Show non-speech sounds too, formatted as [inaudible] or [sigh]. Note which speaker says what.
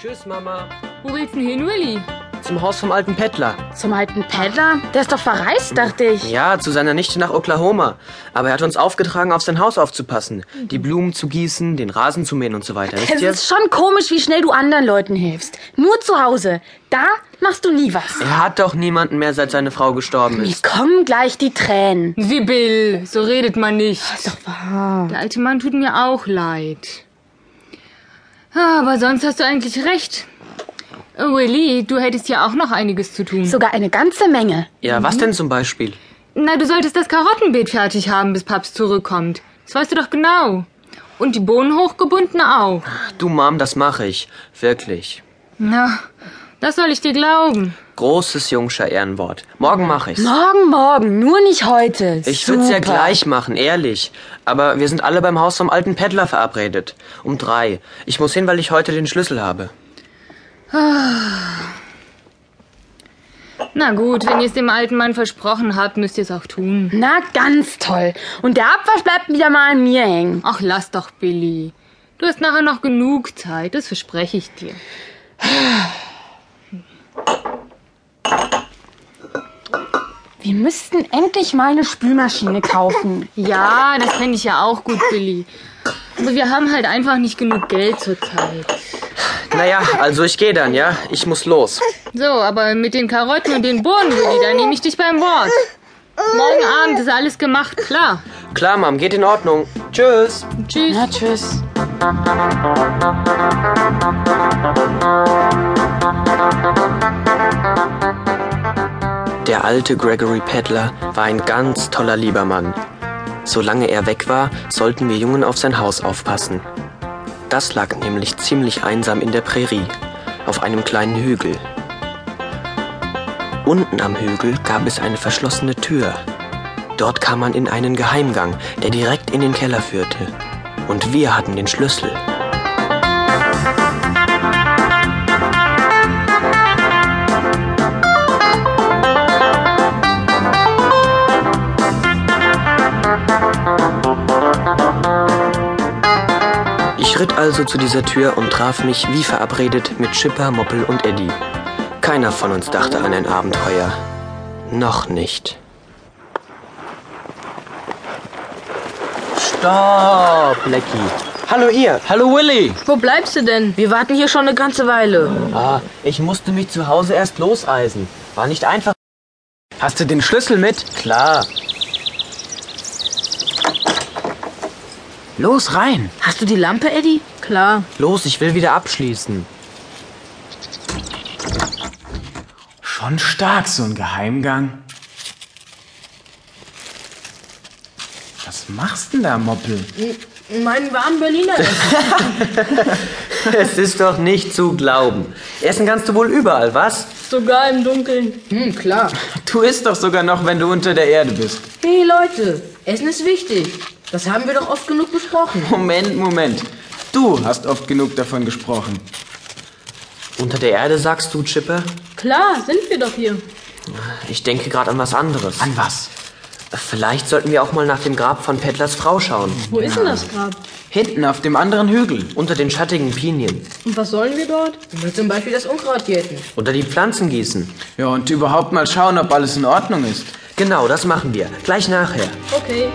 Speaker 1: Tschüss, Mama.
Speaker 2: Wo willst du denn hin, Willi?
Speaker 1: Zum Haus vom alten Pettler.
Speaker 3: Zum alten Peddler? Der ist doch verreist, dachte ich.
Speaker 1: Ja, zu seiner Nichte nach Oklahoma. Aber er hat uns aufgetragen, auf sein Haus aufzupassen. Die Blumen zu gießen, den Rasen zu mähen und so weiter. Wisst
Speaker 3: Es
Speaker 1: ihr?
Speaker 3: ist schon komisch, wie schnell du anderen Leuten hilfst. Nur zu Hause. Da machst du nie was.
Speaker 1: Er hat doch niemanden mehr, seit seine Frau gestorben
Speaker 3: Mir
Speaker 1: ist.
Speaker 3: kommen gleich die Tränen.
Speaker 2: Sibyl, so redet man nicht.
Speaker 3: Wahr.
Speaker 2: Der alte Mann tut mir auch leid. Ah, Aber sonst hast du eigentlich recht. Willi, du hättest ja auch noch einiges zu tun.
Speaker 3: Sogar eine ganze Menge.
Speaker 1: Ja, was denn zum Beispiel?
Speaker 2: Na, du solltest das Karottenbeet fertig haben, bis Papst zurückkommt. Das weißt du doch genau. Und die Bohnen hochgebunden auch.
Speaker 1: Du, Mom, das mache ich. Wirklich.
Speaker 2: Na, das soll ich dir glauben.
Speaker 1: Großes Jungscher Ehrenwort. Morgen mache ich's.
Speaker 3: Morgen, morgen, nur nicht heute.
Speaker 1: Ich will's ja
Speaker 3: Super.
Speaker 1: gleich machen, ehrlich. Aber wir sind alle beim Haus vom alten Peddler verabredet. Um drei. Ich muss hin, weil ich heute den Schlüssel habe.
Speaker 2: Na gut, wenn ihr es dem alten Mann versprochen habt, müsst ihr es auch tun.
Speaker 3: Na, ganz toll. Und der Abwasch bleibt wieder mal an mir hängen.
Speaker 2: Ach, lass doch, Billy. Du hast nachher noch genug Zeit, das verspreche ich dir.
Speaker 3: Wir müssten endlich mal eine
Speaker 1: [laughs]
Speaker 3: Spülmaschine kaufen.
Speaker 2: Ja, das finde ich ja auch gut, Billy. Aber wir haben halt einfach nicht genug Geld zurzeit.
Speaker 1: Naja, also ich gehe dann, ja? Ich muss los.
Speaker 2: So, aber mit den Karotten und den Bohnen, Willi, da nehme ich dich beim Wort. Morgen Abend ist alles gemacht, klar.
Speaker 1: Klar, Mom, geht in Ordnung. Tschüss.
Speaker 2: Tschüss.
Speaker 3: Na, tschüss.
Speaker 1: Der alte Gregory Pedler war ein ganz toller lieber Mann. Solange er weg war, sollten wir Jungen auf sein Haus aufpassen. Das lag nämlich ziemlich einsam in der Prärie, auf einem kleinen Hügel. Unten am Hügel gab es eine verschlossene Tür. Dort kam man in einen Geheimgang, der direkt in den Keller führte. Und wir hatten den Schlüssel. Ich ritt also zu dieser Tür und traf mich wie verabredet mit Chipper, Moppel und Eddie. Keiner von uns dachte an ein Abenteuer. Noch nicht.
Speaker 4: Stopp, Lecky.
Speaker 1: Hallo ihr!
Speaker 4: Hallo Willy.
Speaker 5: Wo bleibst du denn? Wir warten hier schon eine ganze Weile.
Speaker 1: Ah, ich musste mich zu Hause erst loseisen. War nicht einfach.
Speaker 4: Hast du den Schlüssel mit?
Speaker 1: Klar.
Speaker 4: Los rein.
Speaker 5: Hast du die Lampe, Eddie? Klar.
Speaker 1: Los, ich will wieder abschließen.
Speaker 4: Schon stark, so ein Geheimgang. Was machst denn da, Moppel?
Speaker 5: Meinen warmen Berliner.
Speaker 1: [laughs] Es ist doch nicht zu glauben. Essen kannst du wohl überall, was?
Speaker 5: Sogar im Dunkeln. [laughs] Hm, klar.
Speaker 4: Du isst doch sogar noch, wenn du unter der Erde bist.
Speaker 5: Hey Leute, Essen ist wichtig. Das haben wir doch oft genug besprochen.
Speaker 4: Moment, Moment. Du hast oft genug davon gesprochen.
Speaker 1: Unter der Erde sagst du, Chipper?
Speaker 5: Klar, sind wir doch hier.
Speaker 1: Ich denke gerade an was anderes.
Speaker 4: An was?
Speaker 1: Vielleicht sollten wir auch mal nach dem Grab von Petlers Frau schauen.
Speaker 5: Wo ist denn das Grab?
Speaker 4: Hinten auf dem anderen Hügel.
Speaker 1: Unter den schattigen Pinien.
Speaker 5: Und was sollen wir dort? Wir zum Beispiel das Unkraut jäten.
Speaker 1: Unter die Pflanzen gießen.
Speaker 4: Ja, und überhaupt mal schauen, ob alles in Ordnung ist.
Speaker 1: Genau, das machen wir. Gleich nachher.
Speaker 5: Okay.